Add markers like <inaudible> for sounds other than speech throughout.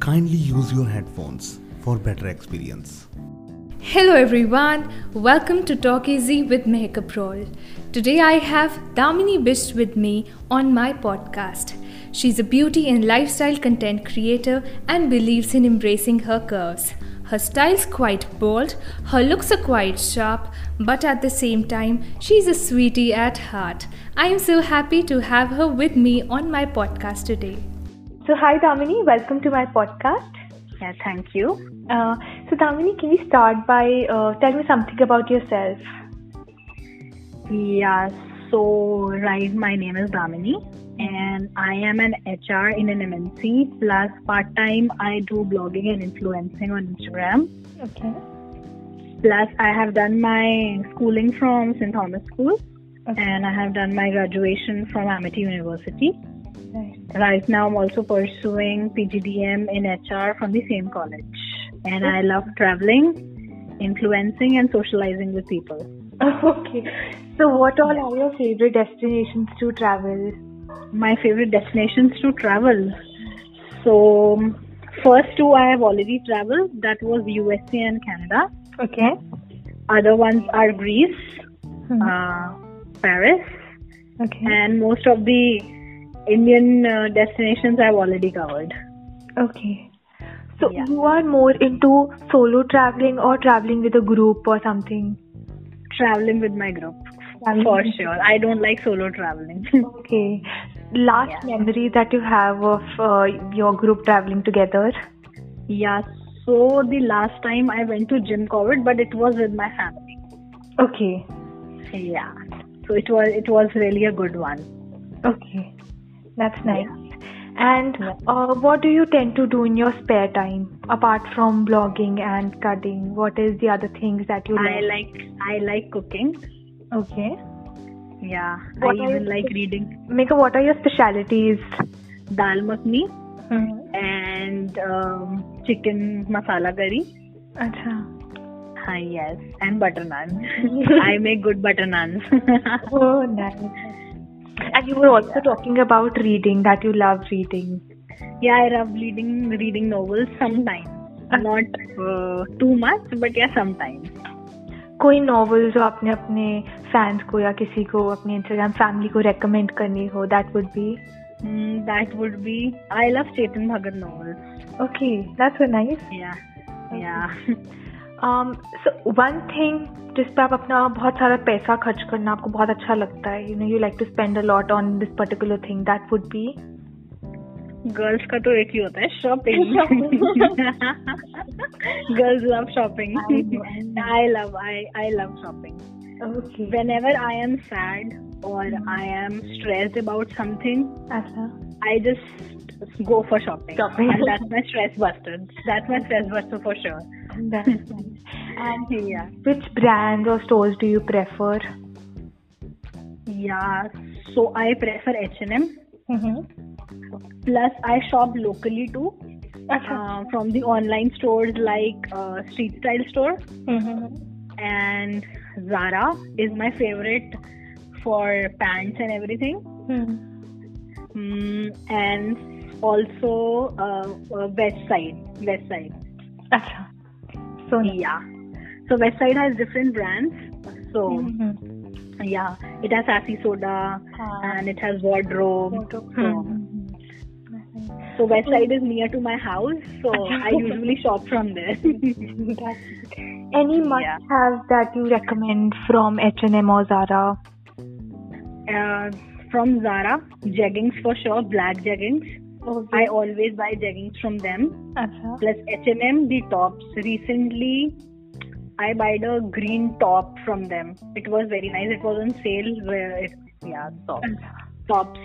kindly use your headphones for better experience. Hello everyone, welcome to Talk Easy with Mehak Aprol. Today I have Damini Bish with me on my podcast. She's a beauty and lifestyle content creator and believes in embracing her curves. Her style's quite bold, her looks are quite sharp, but at the same time, she's a sweetie at heart. I'm so happy to have her with me on my podcast today. So, hi Damini, welcome to my podcast. Yeah, thank you. Uh, so, Damini, can you start by uh, tell me something about yourself? Yeah, so right, my name is Damini and I am an HR in an MNC. Plus, part time, I do blogging and influencing on Instagram. Okay. Plus, I have done my schooling from St. Thomas School Okay. and I have done my graduation from Amity University. Right. <laughs> Right now, I'm also pursuing PGDM in HR from the same college. And I love traveling, influencing, and socializing with people. Okay. So, what all are your favorite destinations to travel? my favorite destinations to travel. So first two I have already traveled. That was USA and Canada. Okay. Other ones are Greece, Hmm. uh, Paris, Okay. and most of the Indian uh, destinations I've already covered. Okay. So, Yeah. you are more into solo traveling or traveling with a group or something? Traveling with my group Traveling for with- sure. I don't like solo traveling. <laughs> Okay. Last Yeah. memory that you have of uh, your group traveling together? yeah. So the last time I went to Jim Corbett, but it was with my family. Okay. Yeah. So it was it was really a good one. Okay. That's nice. And uh, what do you tend to do in your spare time apart from blogging and cutting? What is the other things that you I like I like cooking. Okay. Yeah, I What are even your- like reading Mika, what are your specialities? dal makhni Hmm, and um, chicken masala curry. अच्छा Ah, yes, and butter naan. I make good butter naans. <laughs> oh nice and you were also talking about reading that you love reading yeah, I love reading reading novels sometimes. Not uh, too much, but yeah, sometimes. कोई novel जो आपने अपने fans को या किसी को अपने Instagram family को रेकमेंड करनी हो that would be Mm, that would be. I love Chetan Bhagat novels. Okay that's nice Yeah, yeah. <laughs> Um, so one thing जिस पे आप अपना बहुत सारा पैसा खर्च करना आपको बहुत अच्छा लगता है you know you like to spend a lot on this particular thing that would be girls का तो एक ही होता है shopping <laughs> girls love shopping I know, I know. <laughs> I love I I love shopping okay whenever I am sad और I am stressed about something अच्छा I just go for shopping Shopping. That's my stress buster that's my stress buster for sure <laughs> and या which brands or stores do you prefer या so I prefer H&M Mm-hmm. plus I shop locally too uh, from the online stores like uh, Street Style Store. Mm-hmm. and Zara is my favorite for pants and everything. Mm-hmm. Mm, and also uh, uh, West Side. West Side. अच्छा so nice. Yeah. So West Side has different brands. So Mhm. yeah, it has Sassy Soda Ah. and it has Wardrobe. So, Mhm. so West Side is near to my house, <laughs> so I usually shop from there. <laughs> That's it. Any must Yeah. have that you recommend from H&M or Zara? uh, from Zara, jeggings for sure, black jeggings. I always buy jeggings from them. अच्छा plus H&M the tops recently I bought a green top from them it was very nice it was on sale where it, yeah top, tops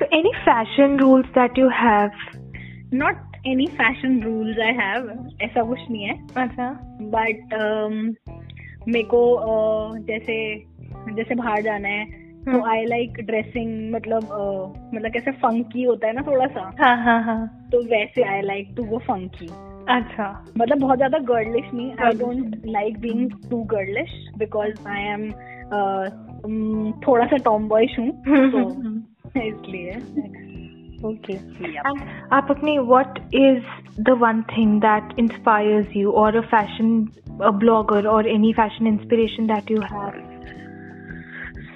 So any fashion rules that you have? not any fashion rules I have ऐसा कुछ नहीं है अच्छा but um, मेरे को uh, जैसे जैसे बाहर जाना है तो हम्म। आई लाइक ड्रेसिंग मतलब uh, मतलब कैसे फंकी होता है ना थोड़ा सा हाँ हाँ हाँ तो वैसे I like to go funky अच्छा मतलब बहुत ज्यादा गर्लिश नहीं I Girlish. Don't like being too girlish because I am uh, um, <laughs> थोड़ा सा टॉम बॉयश हूँ तो इसलिए Okay. Yep. And Apapni, what is the one thing that inspires you, or a fashion a blogger, or any fashion inspiration that you have?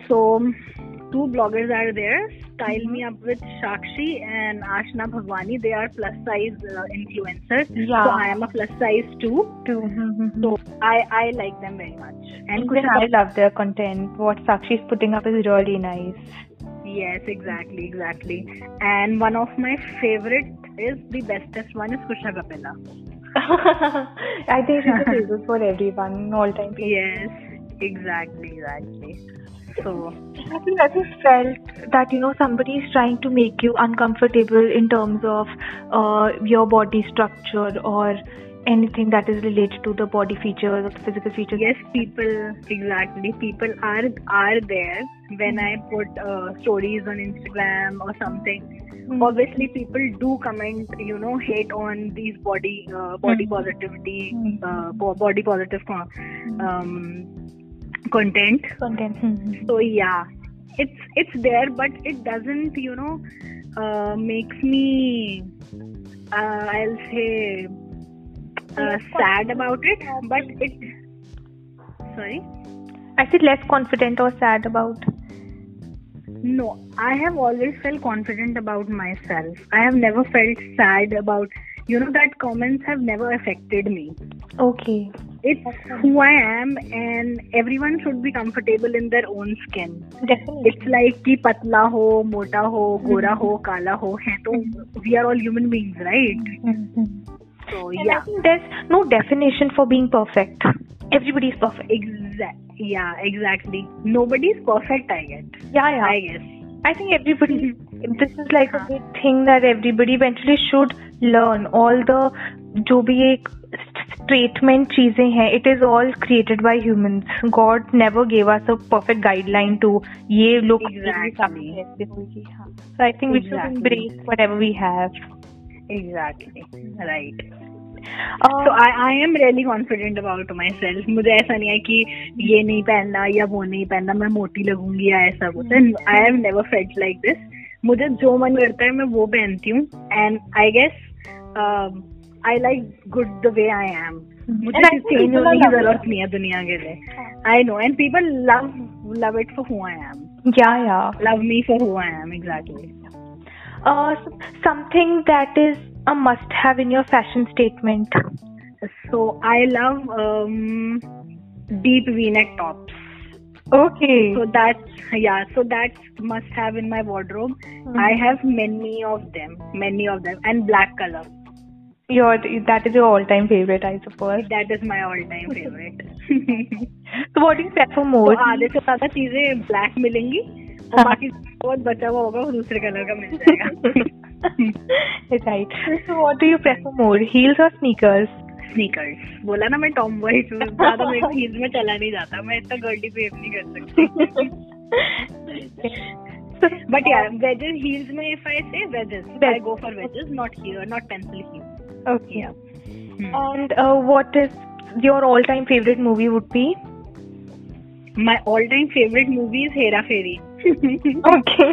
So, two bloggers are there, Style Me Mm-hmm. Up with Shakshi and Ashna Bhagwani. They are plus size uh, influencers. Yeah. So, I am a plus size too. So, So, I, I like them very much. And even I love their content. What Sakshi is putting up is really nice. <laughs> Yes, exactly, exactly. And one of my favorite is the bestest one is Kusha Kapila. I think she's a favorite for everyone, all time. favorite. Yes, exactly, exactly. So, Have you ever felt that you know somebody is trying to make you uncomfortable in terms of uh, your body structure or anything that is related to the body features or the physical features? yes, people exactly people are are there when I put uh, stories on Instagram or something. Mm. Obviously, people do comment, you know, hate on these body uh, body Mm. positivity, Mm. uh, bo- body positive con- um, content. Content. Mhm. so yeah it's it's there but it doesn't you know uh, makes me uh, i'll say uh, sad about it but it sorry I said less confident or sad about. no i have always felt confident about myself i have never felt sad about you know that comments have never affected me Okay. it's who i am and everyone should be comfortable in their own skin Definitely. It's like कि पतला हो मोटा हो गोरा हो काला हो है तो we are all human beings right Mhm. So And I या think there's no definition for being perfect. Everybody is perfect. yeah exactly nobody is perfect i get Yeah, yeah. i guess I think everybody, this is like a big thing that everybody eventually should learn. All the जो भी ये statement चीजें हैं, it is all created by humans. God never gave us a perfect guideline to ये लोग Exactly. So I think we should Exactly. embrace whatever we have. exactly right Uh, so i i am really confident about myself मुझे ऐसा नहीं है कि ये नहीं पहनना या वो नहीं पहनना मैं मोटी लगूंगी या ऐसा कुछ I have never felt like this मुझे जो मन करता है मैं वो पहनती हूँ and I guess I like good the way I am मुझे And I किसी think चेंज people होने की love it. जरूरत नहीं है दुनिया के लिए I know and people love love it for who I am yeah, yeah. Love me for who I am exactly Uh, something that is a must-have in your fashion statement. So I love um, deep V neck tops Okay. So that's yeah. So that's must have in my wardrobe. Hmm. I have many of them, many of them, and black color. Your that is your all-time favorite, I suppose. That is my all-time favorite. <laughs> So what do you prefer तो more? <laughs> आधे से ज्यादा चीजें black मिलेंगी और हाँ। बाकी बहुत बचा हुआ होगा वो दूसरे कलर का मिल जाएगा <laughs> right. So what do you prefer more, heels or sneakers? Sneakers बोला ना मैं टॉम बॉय हूँ ज्यादा मेरे को heels में चला नहीं जाता मैं इतना गर्डी बिहेव नहीं कर सकती <laughs> So, बट यार वेजेस हील्स में if I say wedges I Wedges. Go for wedges not here not pencil heels okay. Yeah. And uh, what is your all-time favorite movie would be? My all-time favorite movie is Hera Fairy. <laughs> Okay.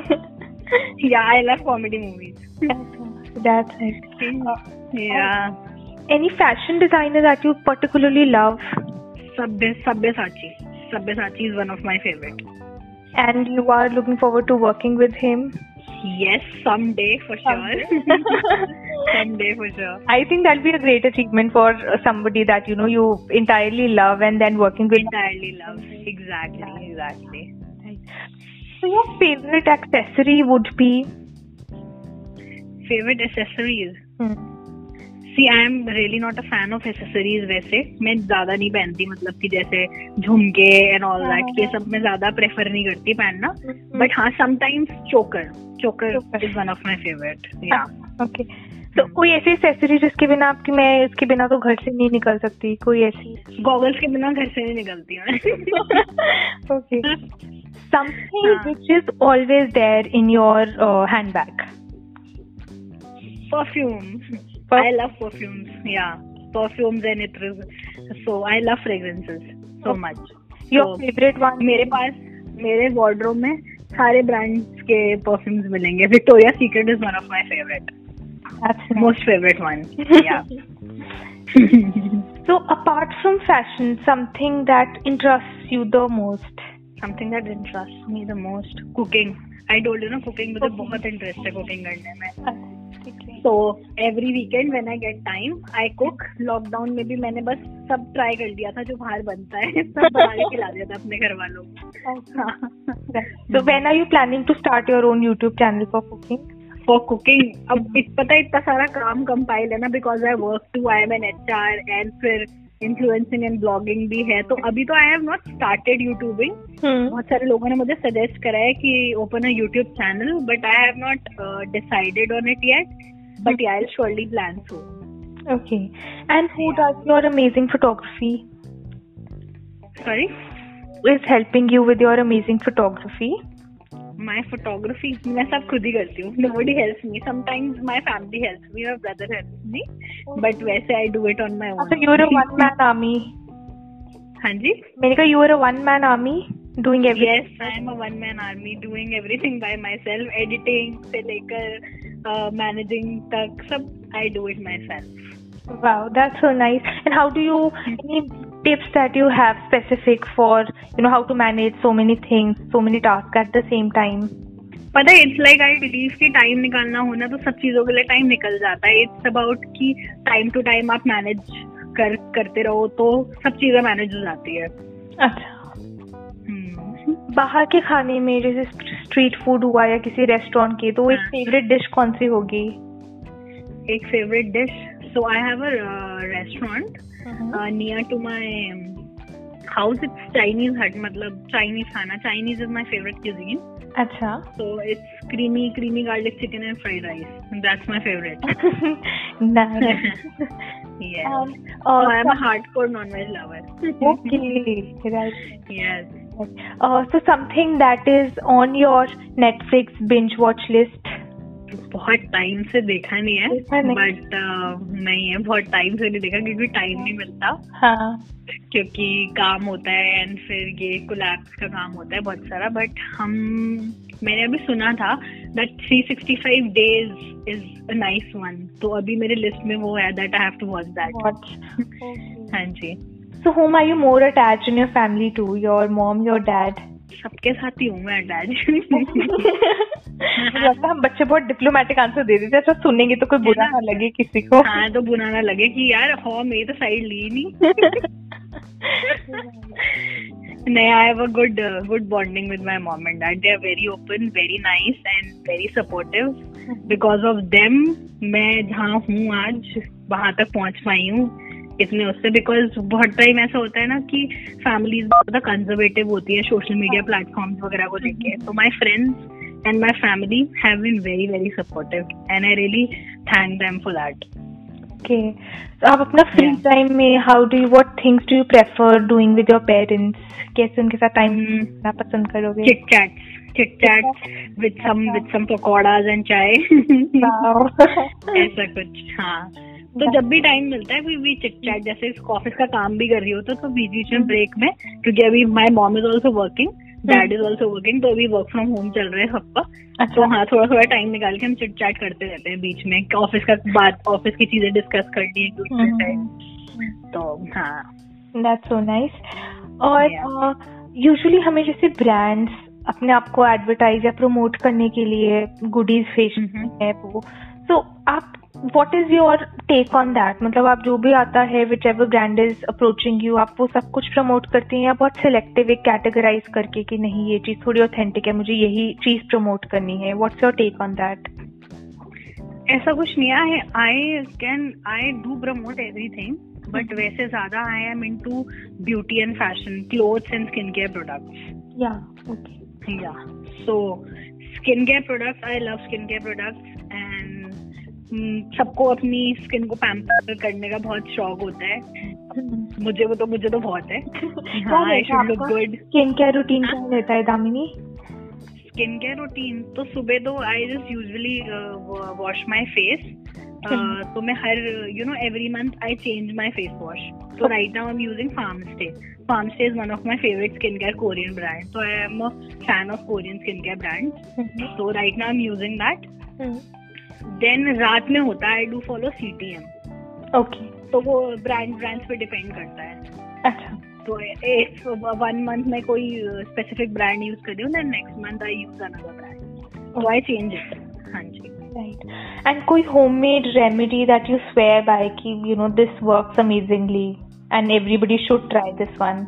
yeah, I love comedy movies. <laughs> That's right. Yeah, Any fashion designer that you particularly love Sabya Sabyasachi. Sabyasachi is one of my favorite. and you are looking forward to working with him? Yes, someday for sure. <laughs> someday for sure. I think that'll be a great achievement for uh, somebody that you know you entirely love and then working with. Entirely love. Exactly, exactly. So your favorite accessory would be. Favorite accessories. Hmm. See I am really not a fan of accessories वैसे मैं ज्यादा नहीं पहनती मतलब कि जैसे झुमके and all that ये सब मैं ज्यादा प्रेफर नहीं करती पहनना बट हाँ sometimes choker Choker. Choker is one of my favourite या ओके तो कोई ऐसी एक्सेसरी जिसके बिना आपकी मैं इसके बिना तो घर से नहीं निकल सकती कोई ऐसी गॉगल्स के बिना घर से नहीं निकलती <laughs> हूँ <laughs> okay something which is always there in your handbag perfume Per- I love perfumes या perfumes and it so I love fragrances so much your favourite one मेरे पास मेरे वार्डरोब में सारे ब्रांड्स के परफ्यूम्स मिलेंगे Victoria Secret is one of my favourite That's nice. Most favourite one या So, apart from fashion, something that interests you the most. Something that interest me the most cooking I told you ना cooking मुझे बहुत interest है cooking करने में So, so every weekend when I get time I cook lockdown में भी मैंने बस सब ट्राई कर दिया था जो बाहर बनता है <laughs> सब बाहर ही खिला दिया था अपने घर वालों को हाँ। so when are you planning to start your own YouTube channel for cooking? For cooking अब इत, पता है इतना सारा काम कंपाइल है ना because I work to I am an H R and फिर इन्फ्लुएंसिंग एंड ब्लॉगिंग भी है तो अभी तो I have not started YouTubing Hmm. बहुत सारे लोगों ने मुझे सजेस्ट करा है कि open a YouTube channel but I have not decided on it yet but I will surely plan so Okay. And who does your amazing photography? Sorry Who is helping you with your amazing photography? My photography मैं सब खुद ही करती हूँ nobody helps me sometimes my family helps me my brother helps me but वैसे I do it on my own So अच्छा, you're a one-man army. हाँ जी मैंने कहा you are a one-man army doing everything. Yes, I am a one man army doing everything by myself, editing से लेकर uh, managing तक सब I do it myself. Wow, that's so nice. And how do you any tips that you have specific for you know how to manage so many things, so many tasks at the same time? पता है it's like I believe कि time निकालना होना तो सब चीजों के लिए टाइम निकल जाता है इट्स अबाउट कि टाइम टू टाइम आप मैनेज कर करते रहो तो सब चीजें मैनेज हो जाती है Hmm. अच्छा बाहर के खाने में जैसे स्ट्रीट फूड हुआ या किसी रेस्टोरेंट के तो एक हाँ। फेवरेट डिश कौन सी होगी एक favourite dish so I have a restaurant near to my house it's Chinese Hut मतलब चाइनीज खाना Chinese is my favourite cuisine अच्छा So it's creamy, creamy garlic chicken and fried rice. And That's my <laughs> favorite. <laughs> nice. Yes. Um, so uh, I'm a hardcore non-veg lover. <laughs> okay, right. Yes. Uh, so something that is on your Netflix binge watch list. बहुत time से देखा नहीं है देखा नहीं। But नहीं है बहुत टाइम से नहीं देखा क्योंकि टाइम नहीं मिलता हाँ क्योंकि काम होता है एंड फिर ये कोलैब्स का काम होता है बहुत सारा बट हम मैंने अभी सुना था that 365 days is a nice one तो अभी मेरे लिस्ट में वो है that I have to watch that watch. हाँ जी So whom are you more attached in your family to? Your mom, your dad? <laughs> सबके साथ ही हूँ मैं अटैच <laughs> मुझे लगता है हम बच्चे बहुत डिप्लोमेटिक आंसर दे देते हैं अच्छा सुनेंगे तो कोई बुरा ना लगे किसी को हाँ तो बुरा ना लगे कि यार हो मेरी तो साइड ली नहीं नहीं I have a good good bonding with my mom and dad they are very open very nice and very supportive because of them मैं जहाँ हूँ आज वहां तक पहुंच पाई हूँ इसमें उससे बिकॉज बहुत टाइम ऐसा होता है ना कि फैमिलीज बहुत ज्यादा कंजर्वेटिव होती है सोशल मीडिया प्लेटफॉर्म्स वगैरह को लेके तो my friends and my family have been very very supportive and I really thank them for that okay तो आप अपना फ्री Yeah. टाइम में how do you what things do you prefer doing with your parents कैसे उनके साथ time Hmm. बिताना पसंद करोगे Kit Kats. Kit Kats with some with some pakoras and chai. Wow. <laughs> ऐसा कुछ हाँ तो जब भी टाइम मिलता है वी वी चिट चैट जैसे इस ऑफिस का काम भी कर रही हो तो तो बीच बीच में ब्रेक में क्योंकि अभी my mom is also working dad is also working तो अभी वर्क फ्रॉम होम चल रहा है सबका तो हाँ थोड़ा थोड़ा टाइम निकाल के हम चिट चैट करते रहते हैं बीच में ऑफिस का बात ऑफिस की चीजें डिस्कस करनी है एक दूसरे से तो हाँ दैट्स सो नाइस और यूजुअली हमें जैसे ब्रांड्स अपने आप को एडवर्टाइज या प्रमोट करने के लिए गुडीज फेशियल Mhm. है वो तो आप what is your take on that मतलब आप जो भी आता है whichever brand is approaching you आप वो सब कुछ प्रमोट करती हैं या बहुत सिलेक्टिव एक कैटेगराइज करके कि नहीं ये चीज थोड़ी ऑथेंटिक है मुझे यही चीज प्रमोट करनी है what's your take on that ऐसा कुछ नहीं है I can I do promote everything but वैसे ज्यादा I am into beauty and fashion clothes and skin care products yeah okay yeah so skin care products I love skin care products and mm, सबको अपनी स्किन को pamper करने का बहुत शौक होता है मुझे वो तो मुझे <laughs> तो बहुत है हाँ I should look good skin care routine क्या रहता है दामिनी स्किन केयर रूटीन तो सुबह तो I just usually wash my face तो मैं हर you know every month I change my face wash तो right now I am using Farm Stay Farm Stay is one of my favourite skin care Korean brand तो I am a fan of Korean skin care brand तो right now I am using that Hmm. Then रात में होता है I do follow C T M okay तो वो brand brands पे depend करता है अच्छा तो इफ वन मंथ मैं कोई uh, स्पेसिफिक ब्रांड यूज कर रही हूँ then next month I use another brand तो आई चेंज इट हाँ जी राइट एंड कोई homemade remedy that you swear by कि you know this works amazingly and everybody should try this one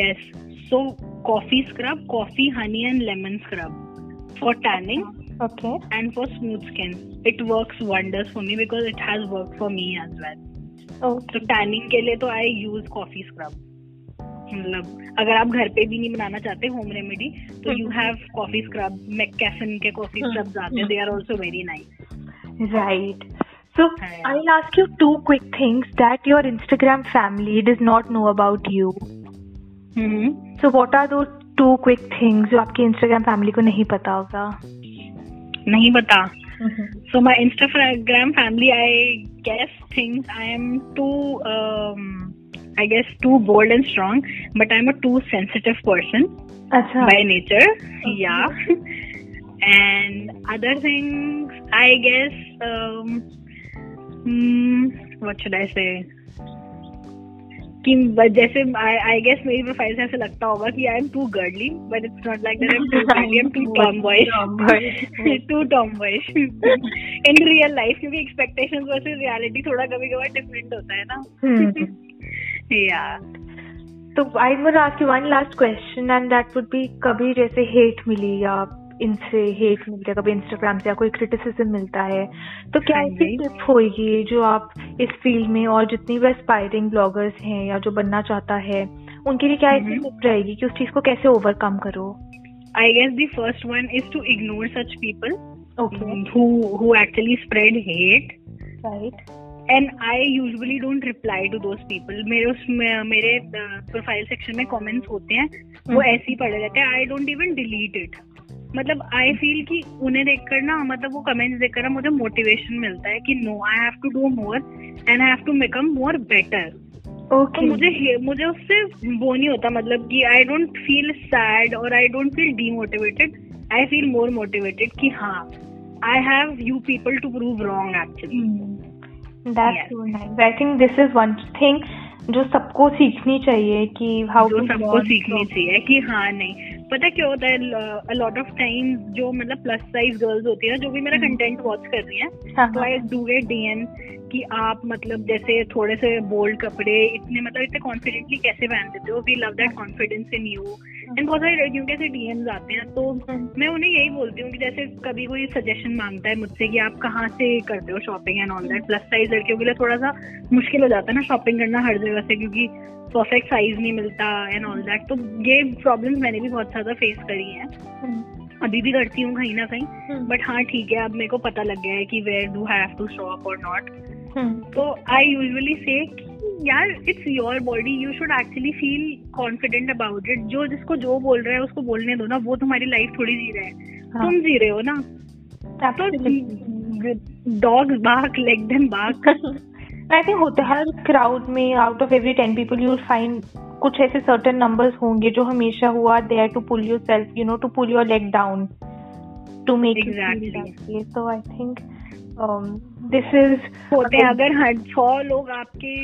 yes so coffee scrub coffee honey and lemon scrub for tanning okay and for smooth skin it works wonders for me because it has worked for me as well okay so tanning के लिए तो आई use coffee scrub मतलब अगर आप घर पे भी नहीं बनाना चाहते होम रेमेडी तो you have coffee scrub mCaffeine के कॉफी स्क्रब्स आते हैं they are also very nice Right. So Yeah. I'll ask you two quick things that your Instagram family does not know about you. So what are those two quick things जो आपकी Instagram family को नहीं पता होगा? नहीं बता So my Instagram family, I guess, thinks I am too, um, I guess, too bold and strong. But I'm a too sensitive person अच्छा. by nature. Yeah. <laughs> and other things, I guess, um, hmm, what should I say? कि जैसे I guess मेरी profile से ऐसे लगता होगा कि I am too girly but it's not like that I am too girly I am too Tom boy <laughs> to Tom boy <laughs> in real life क्योंकि expectations versus reality थोड़ा कभी कभार डिफरेंट होता है ना Hmm. <laughs> या तो I'm gonna ask you one last question and that would be कभी जैसे hate मिली या इनसे hate मिलता है कभी Instagram से या कोई criticism मिलता है तो क्या हाँ ऐसी जी। टिप होगी जो आप इस फील्ड में और जितनी भी aspiring bloggers हैं या जो बनना चाहता है उनके लिए क्या ऐसी हम्म। टिप रहेगी कि उस चीज को कैसे ओवरकम करो I guess the first one is to ignore such people okay who who actually spread hate right and I usually don't reply to those people. मेरे उस मे- मेरे प्रोफाइल सेक्शन में comments होते हैं वो हम्म। ऐसे ही पड़े रहते हैं I don't even delete it मतलब आई फील कि उन्हें देखकर ना मतलब वो कमेंट्स देखकर ना मुझे मोटिवेशन मिलता है कि no I have to do more and I have to become more better तो ओके मुझे हे- मुझे उससे वो नहीं होता मतलब कि आई डोंट फील सैड और I don't feel demotivated I feel more motivated कि हाँ I have you people to prove wrong actually that's Yes. So nice I think this is one thing जो सबको सीखनी चाहिए कि हाउ जो सबको सीखनी चाहिए कि हाँ नहीं पता क्या होता है लॉट ऑफ टाइम जो मतलब प्लस साइज गर्ल्स होती है जो भी मेरा कंटेंट वॉच कर रही है तो आई डू गेट डीएम कि आप मतलब जैसे थोड़े से बोल्ड कपड़े इतने मतलब इतने कॉन्फिडेंटली कैसे पहन देते हो we love that confidence in you and बहुत सारे लड़कियों के ऐसे डीएम्स आते हैं तो मैं उन्हें यही बोलती हूँ कि जैसे कभी कोई सजेशन मांगता है मुझसे कि आप कहाँ से करते हो shopping and all that plus size लड़कियों के लिए थोड़ा सा मुश्किल हो जाता है ना शॉपिंग करना हर जगह से क्योंकि परफेक्ट साइज नहीं मिलता एंड ऑल दैट तो ये प्रॉब्लम्स मैंने भी बहुत ज्यादा फेस करी है Hmm. अभी भी करती हूँ कहीं ना कहीं बट हाँ ठीक है अब मेरे को पता लग गया है कि where do have to shop और नॉट Hmm. तो आई यूजुअली से यार it's your body you should actually feel confident about it जो जिसको जो बोल रहा है उसको बोलने दो ना वो तुम्हारी लाइफ थोड़ी जी रहा है तुम जी रहे हो ना तो dogs bark let them bark I think होता है, हर क्राउड में out of every ten people you find कुछ ऐसे सर्टेन नंबर्स होंगे जो हमेशा हुआ there to pull yourself you know to pull your leg down to make Exactly. तो I think um, this is होते हैं अगर हर सौ लोग आपके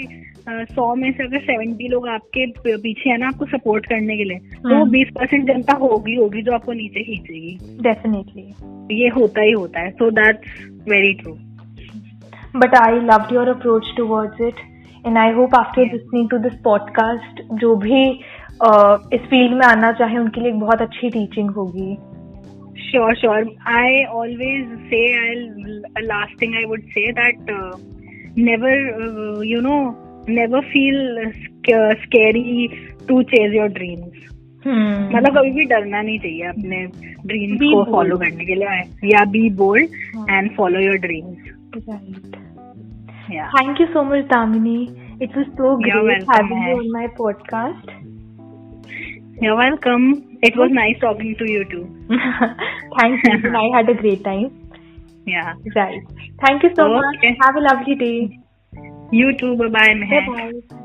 अ, सौ में से अगर सेवेंटी लोग आपके प- पीछे है ना आपको सपोर्ट करने के लिए तो वो हम्म। बीस परसेंट जनता होगी होगी जो आपको नीचे खींचेगी डेफिनेटली ये होता ही होता है so that's very true But I loved your approach towards it, and I hope after listening to this podcast, जो भी uh, इस फील्ड में आना चाहे उनके लिए एक बहुत अच्छी टीचिंग होगी sure sure I always say I last thing I would say that never you know never feel uh, scary to chase your dreams मतलब कभी भी डरना नहीं चाहिए अपने ड्रीम्स Be को bold. हाँ। फॉलो करने के लिए या be bold and follow your dreams right yeah thank you so much Damini it was so You're great welcome, <laughs> having you Ash. On my podcast welcome It was nice talking to you too. Thanks, Nitin. I had a great time. Yeah. Right. Thank you so Okay. much. Have a lovely day. You too. Bye bye, Mehak. Bye-bye.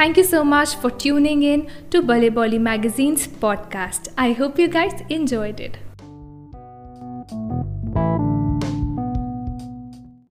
Thank you so much for tuning in to Bale Bolly Magazine's podcast. I hope you guys enjoyed it.